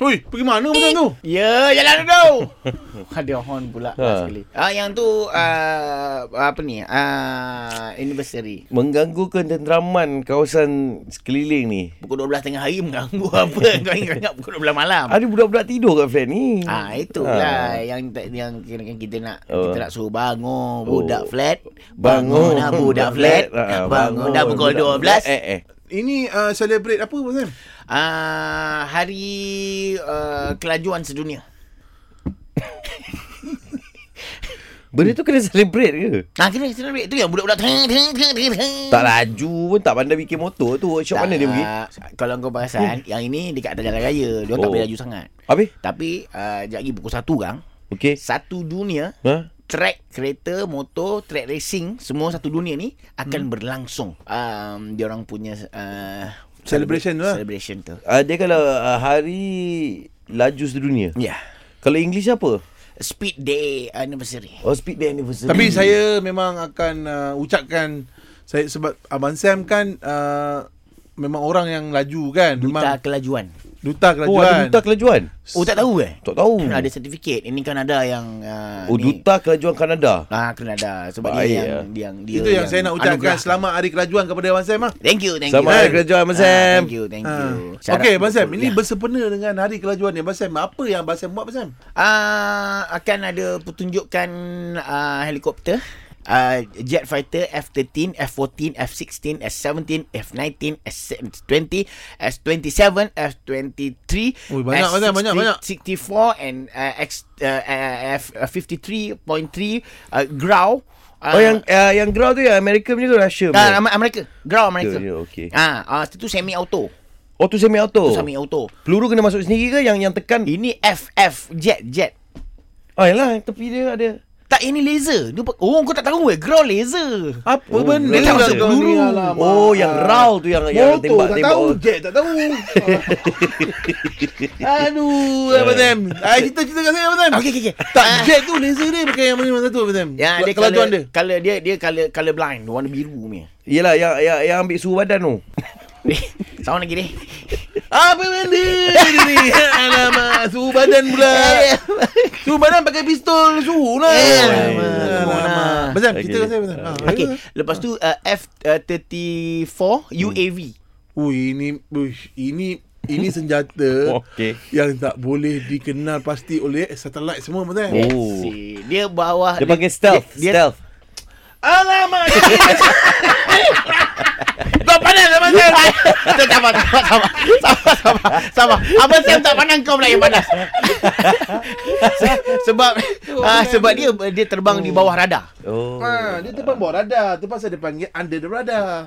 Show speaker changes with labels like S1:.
S1: Ui, pergi mana macam tu?
S2: Ya, jalan dulu. Ada horn pula
S3: Ha.
S2: ha. sekali. Ah yang tu uh, apa ni? Ah anniversary.
S3: Mengganggu ketenteraman kawasan sekeliling ni.
S2: Pukul 12 tengah hari mengganggu apa? Kau ingat pukul 12 malam.
S3: Ada budak-budak tidur kat flat ni.
S2: Ah itulah ha. yang tak- yang kira kita nak
S3: Oh.
S2: oh. kita nak suruh bangun
S3: Oh.
S2: budak flat.
S3: Bangun
S2: dah budak flat.
S3: Ah,
S2: bangun, dah pukul 12.
S3: budak- Eh eh.
S1: Ini uh, celebrate apa Abang Sam?
S2: Ah hari uh, kelajuan sedunia.
S3: Benda tu kena celebrate ke?
S2: Nah, kira celebrate tu yang budak-budak teng teng teng teng. teng.
S3: Tak laju pun tak pandai bikin motor tu. Workshop mana dia pergi? Hmm.
S2: pergi? Kalau kau perasan, yang ini dekat atas jalan raya. Dia oh. tak
S3: Oh.
S2: boleh laju sangat.
S3: Habis?
S2: Tapi, uh, sekejap lagi pukul satu kan.
S3: Okey.
S2: Satu dunia,
S3: Ha?
S2: track kereta, motor, track racing, semua satu dunia ni akan hmm. berlangsung. Um, dia orang punya... Uh,
S1: Celebration tu lah.
S2: Celebration tu.
S3: Uh, dia kalau uh, hari laju sedunia.
S2: Ya. Yeah.
S3: Kalau English apa?
S2: Speed Day Anniversary.
S3: Oh, speed day anniversary.
S1: Tapi saya memang akan uh, ucapkan saya sebab Abang Sam kan uh, memang orang yang laju kan.
S2: Duta
S1: Memang
S2: Kelajuan.
S1: duta kelajuan.
S3: Oh, ada duta kelajuan?
S2: Oh, tak tahu eh?
S3: Tak tahu.
S2: Ada sertifikat. Ini kan ada yang... Uh,
S3: Oh,
S2: ni.
S3: duta kelajuan Kanada.
S2: Ah, Kanada. Sebab dia
S3: Baik,
S2: yang,
S3: ya.
S2: dia yang... Dia
S1: Itu yang, saya nak ucapkan
S2: anugerah.
S1: selamat hari kelajuan kepada Abang Sam Ah, lah.
S2: Thank you, thank
S3: Selamat
S2: you.
S3: Hari Kelajuan, Abang Sam. Ah.
S2: Thank you, thank you.
S1: Ha.
S2: Syarat
S1: Okey, Abang Sam,
S2: betul,
S1: ini
S2: ya.
S1: bersempena dengan hari kelajuan ni. Abang Sam, apa yang Abang Sam buat, Abang Sam?
S2: Ah, akan ada pertunjukan ah, helikopter. Uh, jet fighter F-13, F-14, F-16, S-17, F-19, S-20, S-27, F-23,
S1: Ui, banyak, banyak, banyak, banyak.
S2: S-64 and uh, X, uh, uh, F-53.3 uh, Grau. Uh,
S3: Oh, yang uh, yang ground tu yang Amerika punya ke Russia
S2: Ah,
S3: punya?
S2: Amer- Amerika. Grau Amerika.
S3: Ya, ya, okey.
S2: Ah, ah, itu semi auto.
S3: Oh, tu semi auto.
S2: Itu semi auto.
S3: Peluru kena masuk sendiri ke yang yang tekan?
S2: Ini FF jet jet.
S3: Oh, yalah, tepi dia ada.
S2: Tak ini laser. Dia pe- oh kau tak tahu eh. Ground laser.
S1: Apa
S3: Oh,
S1: benda
S3: dia tak
S1: lah
S3: masuk
S1: kau ni?
S3: peluru.
S1: Alamak.
S3: Oh, yang RAL tu yang- yang
S1: Motor
S3: tembak-
S1: tak
S3: tembak
S1: tahu,
S3: orang.
S1: jet tak tahu. Aduh, Abang Sam. Ah, cerita-cerita kat saya, Abang Sam.
S2: Okey okey okey.
S1: Tak,
S2: Ah,
S1: jet tu laser dia pakai yang mana satu, Abang Sam?
S2: Ya, dia
S1: Kelajuan dia.
S2: color, color dia dia color color blind, warna biru ni.
S3: Yelah, yang, yang, yang ambil suhu badan tu.
S2: Sama lagi ni.
S1: Apa benda dia ni? Alamak, suhu badan pula.
S2: Ya,
S1: Suhu badan pakai pistol, suhu lah.
S2: Eh,
S3: alamak,
S1: Alamak. Abang Sam, cerita
S3: Okey.
S1: kat saya, Abang Sam. Ah,
S2: Okey, lepas tu uh, F34 UAV.
S1: Ui ini uish, ini ini senjata
S3: Okey.
S1: yang tak boleh dikenal pasti oleh satelit semua
S3: Oh.
S1: betul. Oh.
S2: Si, Dia bawah
S3: Dia panggil stealth.
S2: Dia, dia,
S3: stealth.
S1: Alamak.
S2: Kau pandang sama Sam Tak sama sama sama Sama sama Sama Abang Sam tak pandang kau pula yang panas Se- Sebab ah, Sebab dia dia terbang di bawah radar
S3: Oh.
S1: Ah, ha, dia terbang bawah radar, tu pasal dia panggil under the radar.